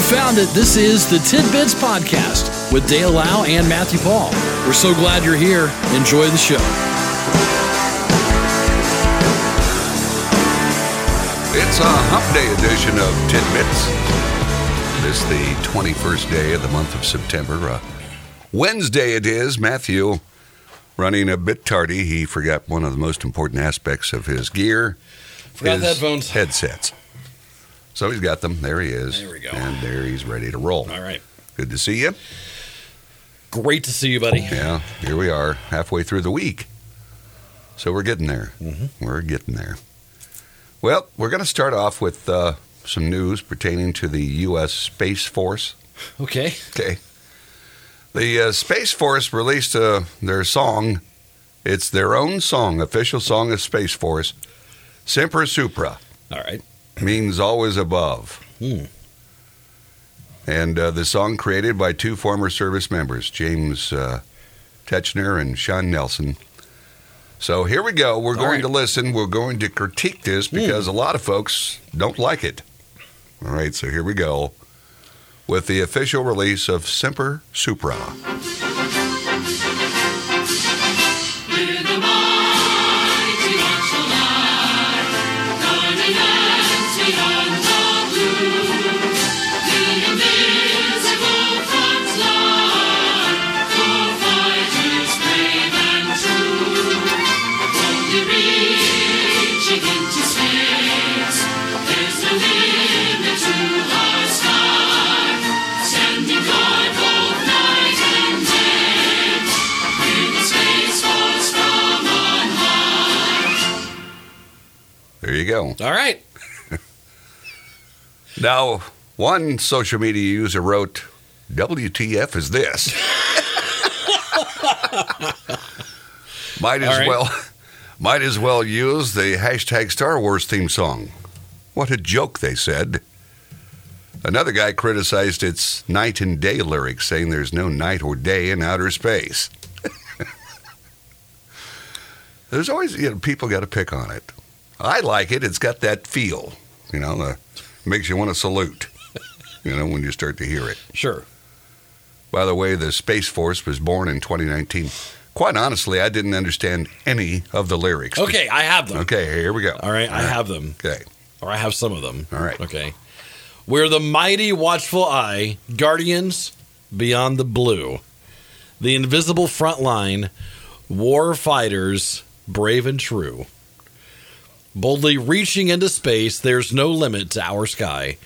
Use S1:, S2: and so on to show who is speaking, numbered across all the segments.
S1: found it, this is the Tidbits Podcast with Dale Lau and Matthew Paul. We're so glad you're here. Enjoy the show.
S2: It's a hump day edition of Tidbits. This the 21st day of the month of September. Uh, Wednesday it is. Matthew running a bit tardy. He forgot one of the most important aspects of his gear.
S3: Forgot
S2: his
S3: headphones.
S2: Headsets. So he's got them. There he is.
S3: There we go.
S2: And there he's ready to roll.
S3: All right.
S2: Good to see you.
S3: Great to see you, buddy.
S2: Yeah, here we are, halfway through the week. So we're getting there. We're getting there. Well, we're going to start off with uh, some news pertaining to the U.S. Space Force.
S3: Okay.
S2: Okay. The uh, Space Force released uh, their song. It's their own song, official song of Space Force. Semper Supra
S3: All right.
S2: means always above.
S3: Hmm.
S2: And uh, the song created by two former service members, James uh, Techner and Sean Nelson. So here we go. We're
S3: All
S2: going
S3: right. Hmm.
S2: to listen. We're going to critique this because a lot of folks don't like it. All right, so here we go with the official release of Semper Supra. There you go.
S3: All right.
S2: Now, one social media user wrote, WTF is this? might
S3: All
S2: as
S3: right.
S2: well might as well use the hashtag Star Wars theme song. What a joke, they said. Another guy criticized its night and day lyrics, saying there's no night or day in outer space. there's always you know, people got to pick on it. I like it. It's got that feel, you know, uh, the, makes you want to salute, you know, when you start to hear it.
S3: Sure.
S2: By the way, the Space Force was born in 2019. Quite honestly, I didn't understand any of the lyrics.
S3: Okay. I have them.
S2: Okay, here we go.
S3: Oh. All right. I have them,
S2: Okay.
S3: or I have some of them.
S2: All right.
S3: Okay. We're the mighty, watchful eye, guardians beyond the blue, the invisible front line, war fighters, brave and true. Boldly reaching into space, there's no limit to our sky.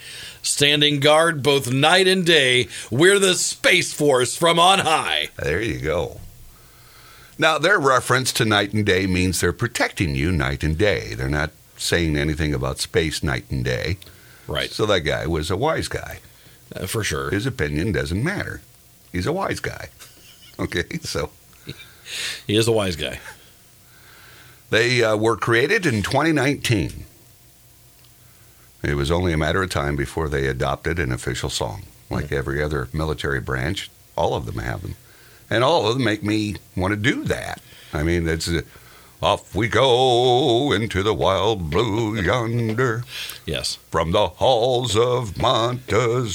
S3: Standing guard both night and day, we're the Space Force from on high.
S2: There you go. Now, their reference to night and day means they're protecting you night and day. They're not saying anything about space night and day.
S3: Right.
S2: So that guy was a wise guy.
S3: Uh, for sure.
S2: His opinion doesn't matter. He's a wise guy. Okay, so
S3: He is a wise guy.
S2: They uh, were created in 2019. It was only a matter of time before they adopted an official song. Like every other military branch, all of them have them. And all of them make me want to do that. I mean, it's uh, off we go into the wild blue yonder
S3: Yes.
S2: from the halls of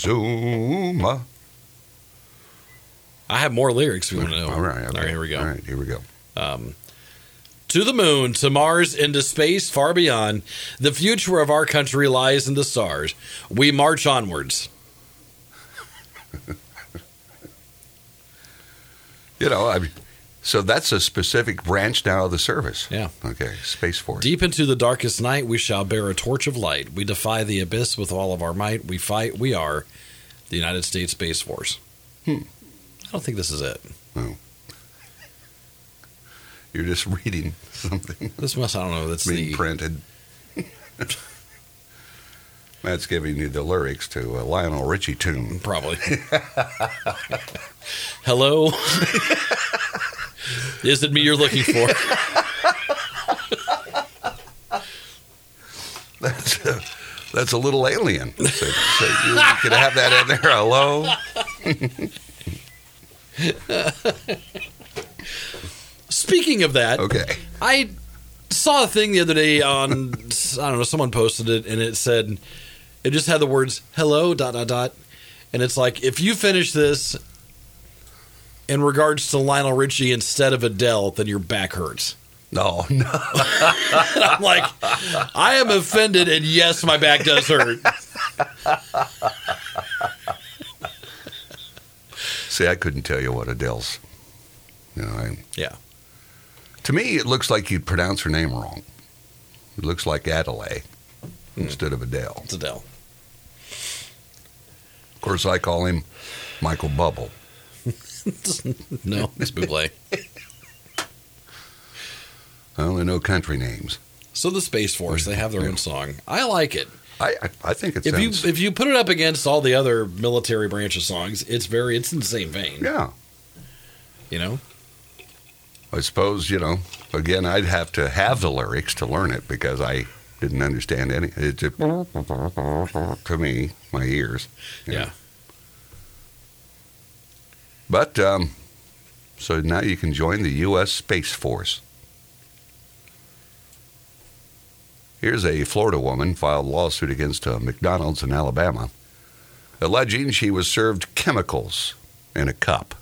S2: Montezuma.
S3: I have more lyrics if you want to know.
S2: All right, all right.
S3: here we go.
S2: All right, here we go.
S3: Um, to the moon, to Mars, into space, far beyond. The future of our country lies in the stars. We march onwards.
S2: You know, I mean, so that's a specific branch now of the service.
S3: Yeah.
S2: Okay, Space Force.
S3: Deep into the darkest night, we shall bear a torch of light. We defy the abyss with all of our might. We fight. We are the United States Space Force.
S2: Hmm.
S3: I don't think this is it.
S2: You're just reading something
S3: This must, I don't know. That's
S2: being
S3: the.
S2: printed. Matt's giving you the lyrics to a Lionel Richie tune.
S3: Probably. Hello? Is it me you're looking for?
S2: That's a, that's a little alien. So, so you, you could have that in there. Hello.
S3: Speaking of that,
S2: Okay.
S3: I saw a thing the other day on, I don't know, someone posted it and it said, it just had the words hello, dot, dot, dot. And it's like if you finish this in regards to Lionel Richie instead of Adele, then your back hurts.
S2: No, no.
S3: I'm like, I am offended, and yes, my back does hurt.
S2: See, I couldn't tell you what Adele's. You know, I,
S3: Yeah.
S2: to me, it looks like you pronounce her name wrong. It looks like Adelaide
S3: Hmm.
S2: instead of Adele.
S3: It's Adele.
S2: Of course, I call him Michael Bubble.
S3: No, it's Buble.
S2: I only know country names.
S3: So the Space Force, they have their own song. I like it.
S2: I I, I think it
S3: If you
S2: sounds.
S3: if you put it up against all the other military branch of songs, it's very it's in the same vein.
S2: yeah,
S3: You know?
S2: I suppose you know. Again, I'd have to have the lyrics to learn it because I didn't understand any. It just, to me, my ears. you know.
S3: Yeah.
S2: But um, so now you can join the U.S. Space Force. Here's a Florida woman filed lawsuit against a McDonald's in Alabama, alleging she was served chemicals in a cup.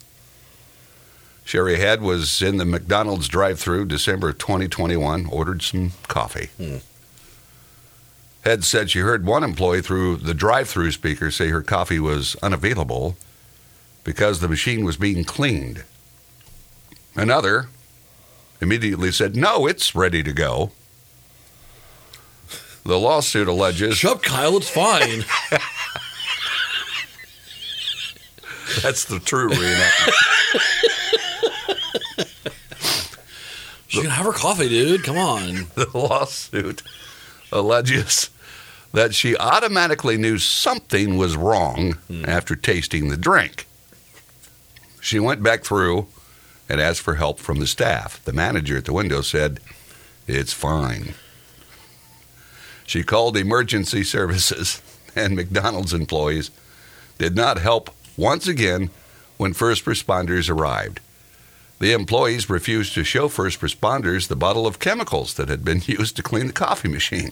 S2: Sherry Head was in the McDonald's drive-through December 2021, ordered some coffee.
S3: Hmm.
S2: Head said she heard one employee through the drive-through speaker say her coffee was unavailable because the machine was being cleaned. Another immediately said, "No, it's ready to go." The lawsuit alleges
S3: Shut up, Kyle, it's fine.
S2: that's the true reenactment.
S3: She can have her coffee, dude. Come on.
S2: the lawsuit alleges that she automatically knew something was wrong after tasting the drink. She went back through and asked for help from the staff. The manager at the window said, It's fine. She called emergency services, and McDonald's employees did not help once again when first responders arrived. The employees refused to show first responders the bottle of chemicals that had been used to clean the coffee machine.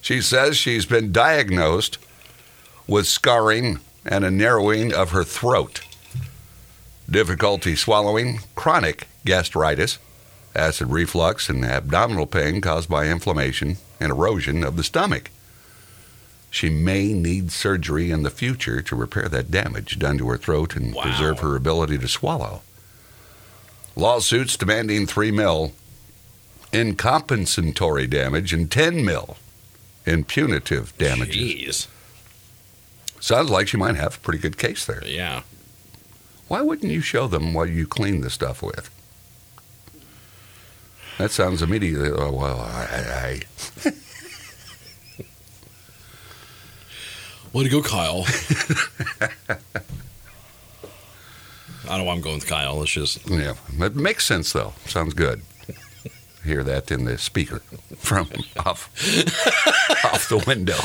S2: She says she's been diagnosed with scarring and a narrowing of her throat, difficulty swallowing, chronic gastritis, acid reflux, and abdominal pain caused by inflammation and erosion of the stomach. She may need surgery in the future to repair that damage done to her throat and
S3: Wow.
S2: preserve her ability to swallow. Lawsuits demanding 3 mil in compensatory damage and 10 mil in punitive damages.
S3: Jeez.
S2: Sounds like she might have a pretty good case there.
S3: Yeah.
S2: Why wouldn't you show them what you clean the stuff with? That sounds immediately. Oh, well, I, I,
S3: Way to go, Kyle. I don't know why I'm going with Kyle. It's just
S2: yeah, it makes sense though. Sounds good. Hear that in the speaker from off off the window.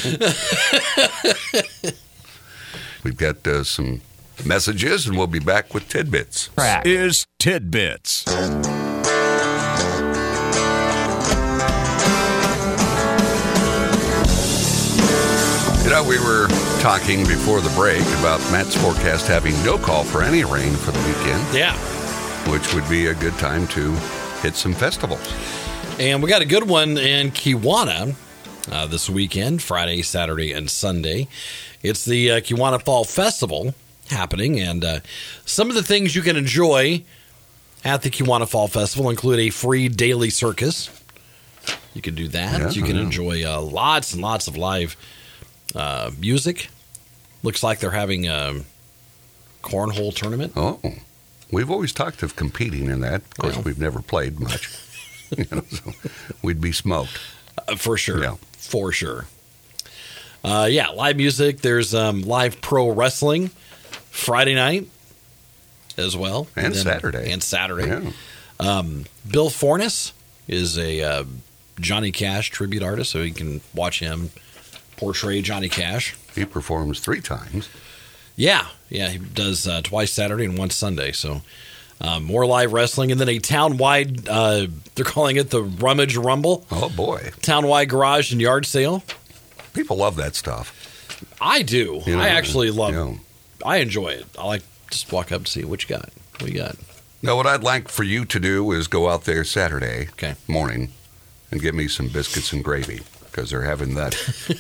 S2: We've got uh, some messages, and we'll be back with tidbits.
S4: is tidbits.
S2: You know, we were talking before the break about Matt's forecast having no call for any rain for the weekend.
S3: yeah.
S2: which would be a good time to hit some festivals.
S3: And we got a good one in Kiwana uh, this weekend, Friday, Saturday, and Sunday. It's the uh, Kiwana Fall Festival happening, and uh, some of the things you can enjoy at the Kiwana Fall Festival include a free daily circus. You can do that.
S2: Yeah,
S3: you can
S2: yeah.
S3: enjoy uh, lots and lots of live uh, music. Looks like they're having a cornhole tournament.
S2: Oh, we've always talked of competing in that. Of course,
S3: Well.
S2: we've never played much. you know, so we'd be smoked.
S3: Uh, for sure.
S2: Yeah.
S3: For sure. Uh, yeah, live music. There's um, live pro wrestling Friday night as well.
S2: And Saturday.
S3: And Saturday.
S2: Yeah.
S3: Bill Fornes is a uh, Johnny Cash tribute artist, so you can watch him portray Johnny Cash.
S2: He performs three times.
S3: Yeah, yeah, he does uh, twice Saturday and once Sunday. So uh, more live wrestling, and then a town-wide. Uh, they're calling it the Rummage Rumble,
S2: Oh, boy.
S3: town-wide garage and yard sale.
S2: People love that stuff.
S3: I do.
S2: You know,
S3: I actually love.
S2: you know.
S3: I enjoy it. I like just walk up and see what you got. What you got?
S2: Now, what I'd like for you to do is go out there Saturday
S3: Okay.
S2: morning and get me some biscuits and gravy because they're having that,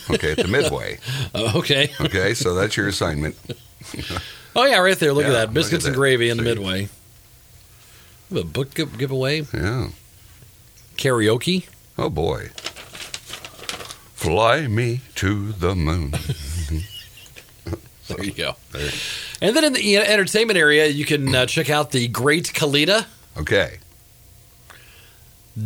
S2: okay, at the Midway.
S3: Oh, okay.
S2: Okay, so that's your assignment.
S3: Oh yeah, right there. Look at
S2: Yeah,
S3: that. Biscuits
S2: look
S3: and
S2: at that.
S3: gravy in the
S2: See?
S3: midway. We have A book gi- giveaway,
S2: Yeah.
S3: karaoke.
S2: Oh, boy. Fly me to the moon.
S3: There you go.
S2: There.
S3: And then in the e- entertainment area, you can uh, check out the Great Kalita,
S2: Okay,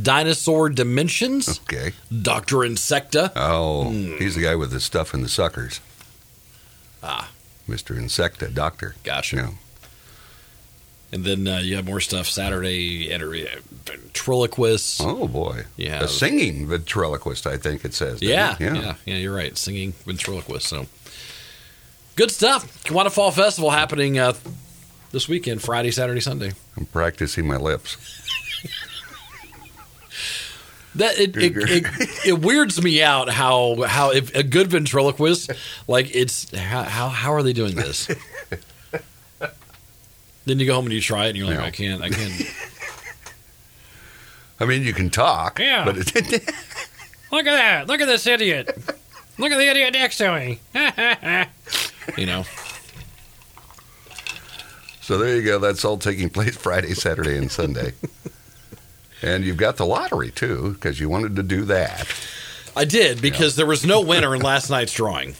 S3: Dinosaur Dimensions,
S2: okay.
S3: Doctor Insecta.
S2: Oh, he's the guy with the stuff and the suckers.
S3: Ah.
S2: Mr. Insecta, doctor.
S3: Gotcha.
S2: No.
S3: And then uh, you have more stuff Saturday. enter- uh, Ventriloquist.
S2: Oh, boy.
S3: Yeah.
S2: A singing ventriloquist, I think it says. doesn't
S3: Yeah,
S2: it?
S3: yeah, yeah, You're right. Singing ventriloquist. So good stuff. Kiwanis Fall Festival happening uh, this weekend, Friday, Saturday, Sunday.
S2: I'm practicing my lips.
S3: That it it, it, it weirds me out how how if a good ventriloquist like it's how how, how are they doing this? then you go home and you try it, and you're like,
S2: No.
S3: I can't, I can't.
S2: I mean, you can talk.
S5: Yeah.
S2: But it,
S5: Look at that. Look at this idiot. Look at the idiot next to me.
S3: You know,
S2: so there you go. That's all taking place Friday, Saturday, and Sunday. and you've got the lottery too, because you wanted to do that.
S3: I did because there was no winner in last night's drawing,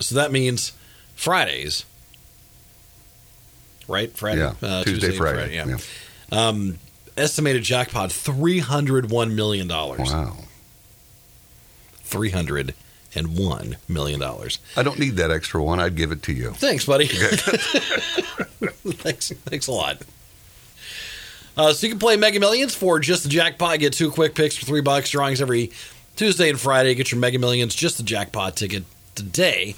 S3: so that means Fridays, right? Friday,
S2: yeah.
S3: Uh,
S2: Tuesday, Friday.
S3: yeah. Um, estimated jackpot three hundred one million dollars.
S2: Wow.
S3: Three hundred and one million dollars.
S2: I don't need that extra one. I'd give it to you.
S3: Thanks, buddy. thanks, thanks a lot. Uh, so you can play Mega Millions for just the jackpot. Get two quick picks for three bucks. Drawings every Tuesday and Friday. Get your Mega Millions just the jackpot ticket today.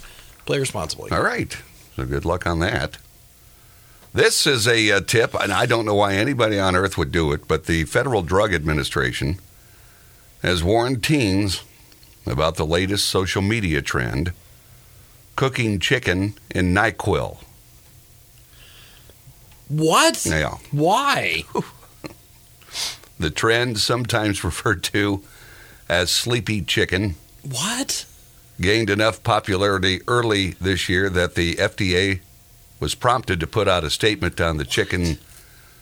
S3: Play responsibly.
S2: All right. So good luck on that. This is a uh, tip, and I don't know why anybody on earth would do it, but the Federal Drug Administration has warned teens about the latest social media trend cooking chicken in NyQuil.
S3: What?
S2: Yeah.
S3: Why?
S2: The trend, sometimes referred to as sleepy chicken,
S3: What?
S2: gained enough popularity early this year that the FDA was prompted to put out a statement on the chicken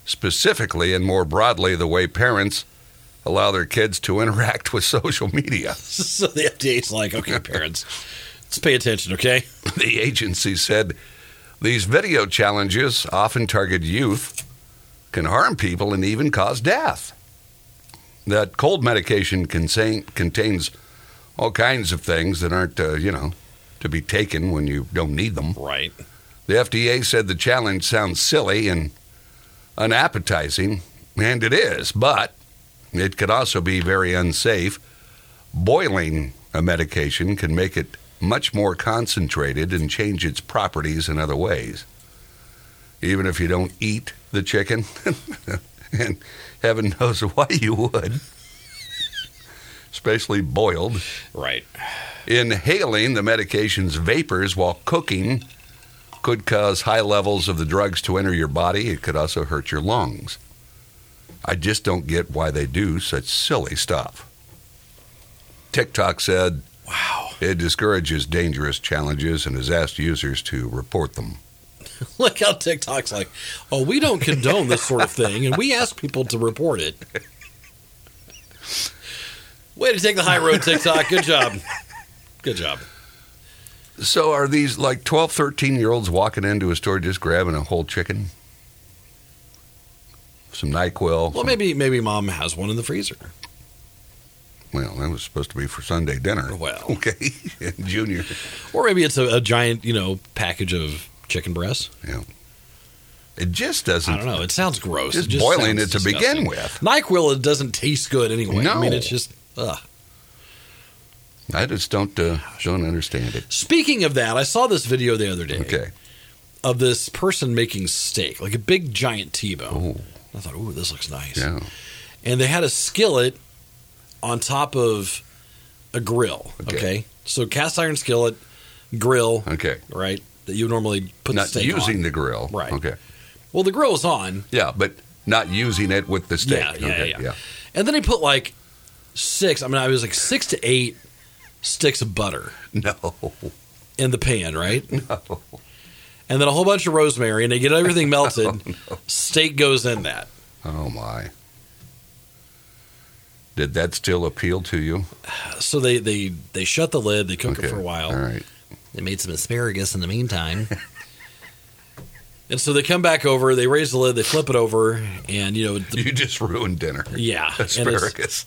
S2: specifically and more broadly the way parents allow their kids to interact with social media.
S3: So the FDA's like, okay, parents, let's pay attention, okay?
S2: The agency said these video challenges often target youth, can harm people, and even cause death. That cold medication contain, contains all kinds of things that aren't, uh, you know, to be taken when you don't need them.
S3: Right.
S2: The FDA said the challenge sounds silly and unappetizing, and it is, but it could also be very unsafe. Boiling a medication can make it much more concentrated and change its properties in other ways. Even if you don't eat the chicken, and heaven knows why you would, especially boiled.
S3: Right.
S2: Inhaling the medication's vapors while cooking could cause high levels of the drugs to enter your body. It could also hurt your lungs. I just don't get why they do such silly stuff. TikTok said
S3: Wow.
S2: it discourages dangerous challenges and has asked users to report them.
S3: Look how TikTok's like, oh, we don't condone this sort of thing, and we ask people to report it. Way to take the high road, TikTok. Good job. Good job.
S2: So are these like 12, 13 year olds walking into a store just grabbing a whole chicken? Some
S3: Well,
S2: NyQuil. some-
S3: maybe maybe mom has one in the freezer.
S2: well, that was supposed to be for Sunday dinner.
S3: Well.
S2: Okay. Junior.
S3: Or maybe it's a, a giant, you know, package of chicken breasts.
S2: It just
S3: I
S2: doesn't.
S3: don't know. It sounds gross.
S2: Just
S3: it just
S2: boiling
S3: sounds
S2: it to
S3: disgusting.
S2: begin with.
S3: NyQuil it doesn't taste good anyway. I
S2: No.
S3: mean, it's just, ugh.
S2: I just don't uh, don't understand it.
S3: Speaking of that, I saw this video the other day
S2: Okay.
S3: of this person making steak, like a big giant T-bone.
S2: Oh,
S3: I thought, ooh, this looks nice.
S2: yeah.
S3: and they had a skillet on top of a grill. Okay.
S2: Okay.
S3: So cast iron skillet, grill,
S2: Okay.
S3: right? That you normally put the
S2: Not
S3: steak
S2: using
S3: on.
S2: the grill.
S3: Right.
S2: Okay.
S3: Well, the grill is on,
S2: Yeah, but not using it with the steak.
S3: Yeah, yeah,
S2: okay.
S3: yeah. and then I put like six. I mean, I was like six to eight sticks of butter
S2: No.
S3: in the pan, right? No. And then a whole bunch of rosemary, and they get everything melted. Steak goes in that.
S2: Oh my. Did that still appeal to you?
S3: So they they they shut the lid. They cook
S2: Okay.
S3: it for a while.
S2: All right.
S3: They made some asparagus in the meantime. and so they come back over, they raise the lid, they flip it over, and you know, the,
S2: You just ruined dinner.
S3: yeah. and it's-
S2: Asparagus.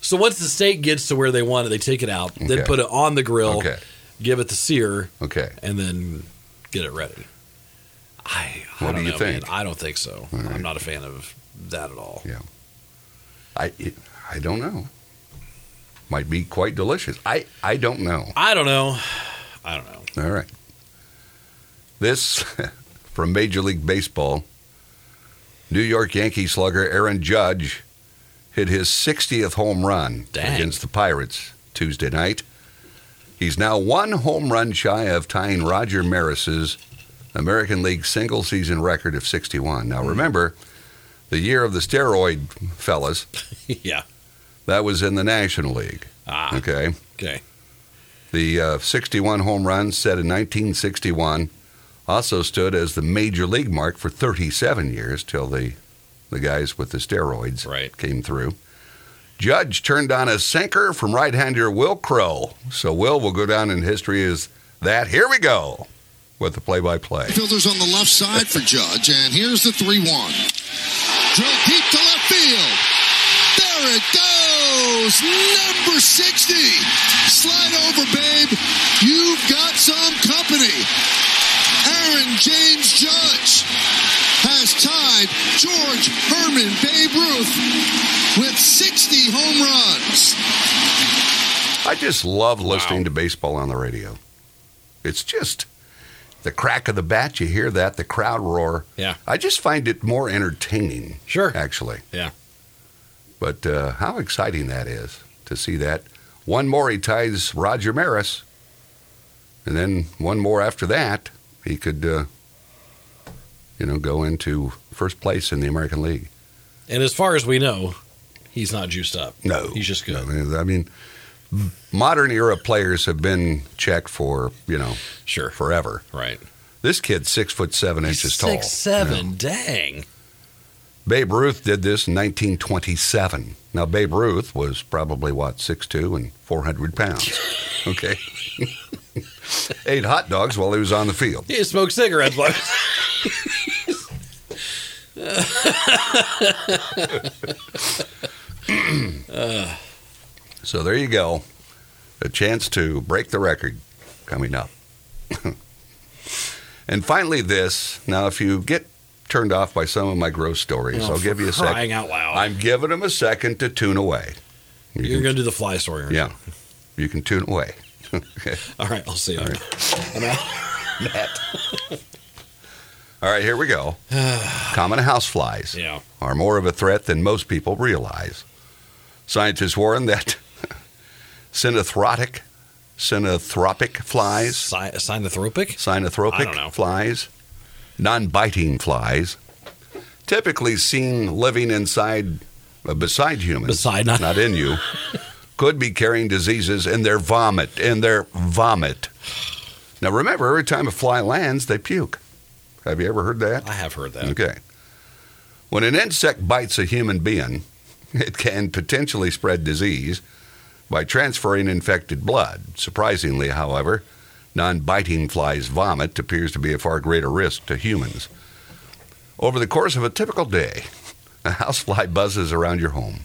S3: so once the steak gets to where they want it, they take it out, then
S2: Okay.
S3: put it on the grill,
S2: Okay.
S3: give it the sear,
S2: Okay.
S3: and then get it ready. I, I
S2: What do
S3: don't
S2: you
S3: know,
S2: think?
S3: man. I don't think so.
S2: All right.
S3: I'm not a fan of that at all.
S2: Yeah. I I don't know. Might be quite delicious. I I don't know.
S3: I don't know. I don't know.
S2: All right. This from Major League Baseball. New York Yankee slugger Aaron Judge hit his 60th home run
S3: Dang.
S2: against the Pirates Tuesday night. He's now one home run shy of tying Roger Maris's American League single season record of 61. Now, remember, the year of the steroid fellas,
S3: yeah.
S2: that was in the National League.
S3: Ah. Okay.
S2: Okay. The uh, 61 home runs set in 1961 also stood as the major league mark for 37 years till the the guys with the steroids
S3: Right.
S2: came through. Judge turned on a sinker from right-hander Will Crow, so Will will go down in history as that. Here we go with the play-by-play.
S6: Fielders on the left side for Judge, and here's the 3 1. Drill deep to left field. There it goes! Number 60. Slide over, babe. You've got some company. Aaron James Judge has tied George Herman Babe Ruth with 60 home runs.
S2: I just love listening to baseball on the radio. It's just the crack of the bat. You hear that, the crowd roar.
S3: Yeah.
S2: I just find it more entertaining.
S3: Sure.
S2: Actually.
S3: Yeah.
S2: But uh, how exciting that is to see that. One more, he ties Roger Maris. And then one more after that, he could, uh, you know, go into first place in the American League.
S3: And as far as we know, he's not juiced up.
S2: No.
S3: He's just good.
S2: No, I mean, modern era players have been checked for, you know,
S3: Sure.
S2: forever.
S3: Right.
S2: This kid's six foot seven inches tall.
S3: Six seven. Dang.
S2: Babe Ruth did this in 1927. Now, Babe Ruth was probably, what, 6'2 and 400 pounds. Okay. Ate hot dogs while he was on the field.
S3: He smoked cigarettes. but-
S2: So there you go. A chance to break the record coming up. and finally, this. Now, if you get turned off by some of my gross stories, I'll give you a second.
S3: Oh, Crying out loud.
S2: I'm giving them a second to tune away. You
S3: You're
S2: can-
S3: going to do the fly story. aren't you?
S2: yeah. You can tune away. okay.
S3: All right. I'll see you.
S2: All right, here we go. Common houseflies
S3: Yeah.
S2: are more of a threat than most people realize. Scientists warn that synanthropic, synanthropic flies,
S3: Sy- Synanthropic? I don't know.
S2: synanthropic flies, non-biting flies, typically seen living inside, uh, beside humans,
S3: Beside, not-
S2: not in you, could be carrying diseases in their vomit. In their vomit. Now remember, every time a fly lands, they puke. Have you ever heard that?
S3: I have heard that.
S2: Okay. When an insect bites a human being, it can potentially spread disease by transferring infected blood. Surprisingly, however, non biting flies' vomit appears to be a far greater risk to humans. Over the course of a typical day, a housefly buzzes around your home,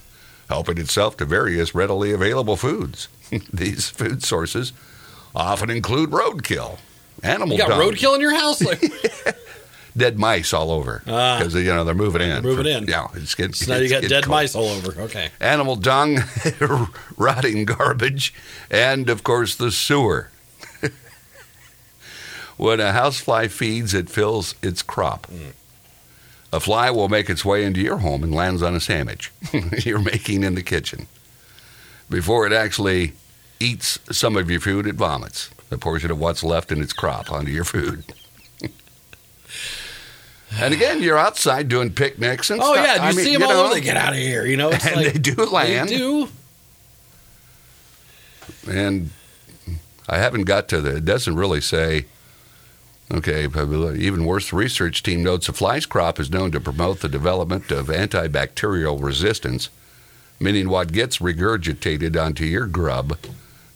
S2: helping itself to various readily available foods. These food sources often include roadkill, animal
S3: You got
S2: dung
S3: roadkill in your house? Like,
S2: dead mice all over
S3: Ah.
S2: because you know they're moving in.
S3: moving in.
S2: Yeah, it's getting.
S3: so now you
S2: it's
S3: got
S2: getting
S3: dead
S2: cold.
S3: mice all over. Okay.
S2: animal dung, rotting garbage, and of course the sewer. when a housefly feeds, it fills its crop. A fly will make its way into your home and lands on a sandwich you're making in the kitchen. Before it actually eats some of your food, it vomits the portion of what's left in its crop onto your food. and again, you're outside doing picnics and
S3: Oh
S2: stuff.
S3: yeah, you
S2: I
S3: see
S2: mean,
S3: them all
S2: know,
S3: over. They get out of here. You know, it's
S2: And
S3: like,
S2: they do land.
S3: They do.
S2: and I haven't got to the. It doesn't really say. Okay, but even worse, the research team notes the flies crop is known to promote the development of antibacterial resistance, meaning what gets regurgitated onto your grub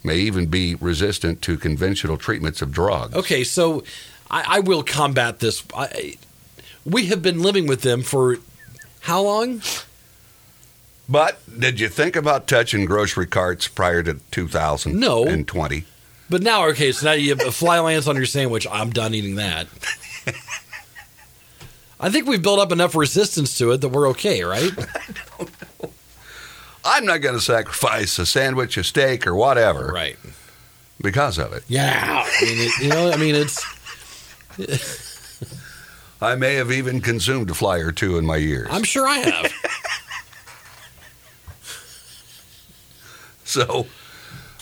S2: may even be resistant to conventional treatments of drugs.
S3: Okay, so I, I will combat this. I- I, we have been living with them for how long?
S2: But did you think about touching grocery carts prior to 2020?
S3: No. But now, okay, so now you have a fly lands on your sandwich. I'm done eating that. I think we've built up enough resistance to it that we're okay, right?
S2: I'm not going to sacrifice a sandwich, a steak, or whatever
S3: Right.
S2: because of it.
S3: Yeah. I mean, it, you know, I mean, it's
S2: I may have even consumed a fly or two in my years.
S3: I'm sure I have.
S2: So,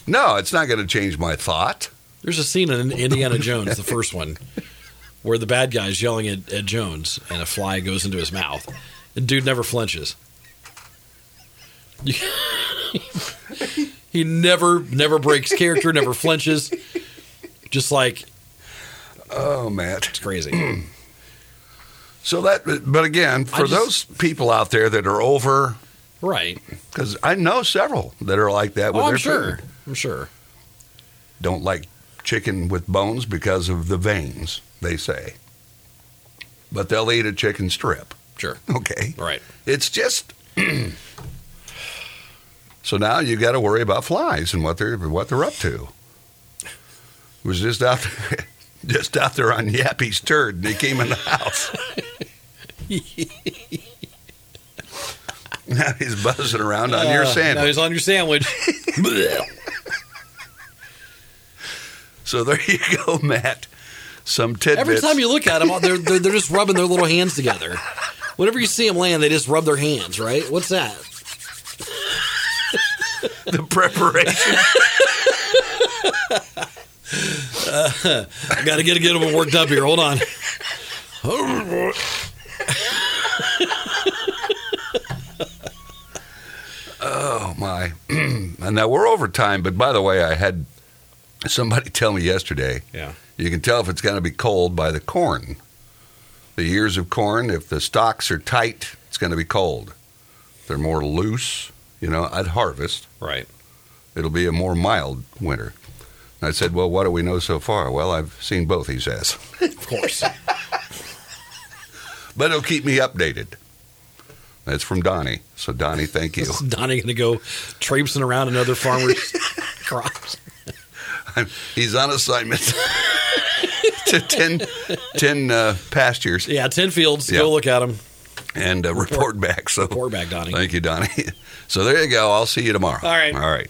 S2: no, it's not going to change my thought.
S3: There's a scene in Indiana Jones, the first one, where the bad guy's yelling at, at Jones and a fly goes into his mouth. The dude never flinches. he never never breaks character, never flinches. Just like
S2: Oh, Matt.
S3: it's crazy.
S2: So that, but again, for
S3: just-
S2: those people out there that are over,
S3: right.
S2: because I know several that are like that with
S3: Oh, I'm
S2: their
S3: sure.
S2: food.
S3: I'm sure.
S2: Don't like chicken with bones because of the veins, they say. But they'll eat a chicken strip.
S3: Sure.
S2: Okay.
S3: Right.
S2: It's just. so now you got to worry about flies and what they're what they're up to. It was just out there, just out there on Yappy's turd, and he came in the house. now he's buzzing around on your
S3: Uh, Now
S2: sandwich.
S3: he's on your sandwich.
S2: So there you go, Matt. Some tidbits.
S3: Every time you look at them, they're, they're, they're just rubbing their little hands together. Whenever you see them land, they just rub their hands, right? What's that?
S2: the preparation.
S3: I gotta get get them worked up here. Hold on.
S2: Oh my! and now we're over time. But by the way, I had somebody tell me yesterday.
S3: Yeah.
S2: You can tell if it's going to be cold by the corn. The years of corn, if the stalks are tight, it's going to be cold. If they're more loose, you know, I'd harvest.
S3: Right.
S2: It'll be a more mild winter. And I said, Well, what do we know so far? Well, I've seen both, he says.
S3: Of course.
S2: But it'll keep me updated. That's from Donnie. So, Donnie, thank you.
S3: Is Donnie gonna go traipsing around another farmer's crops?
S2: He's on assignment to 10, 10 uh, pastures
S3: Yeah, ten fields.
S2: Yeah.
S3: Go look at them.
S2: and uh, report back. So,
S3: Report back, Donnie.
S2: Thank you, Donnie. So there you go. I'll see you tomorrow.
S3: All right.
S2: All right.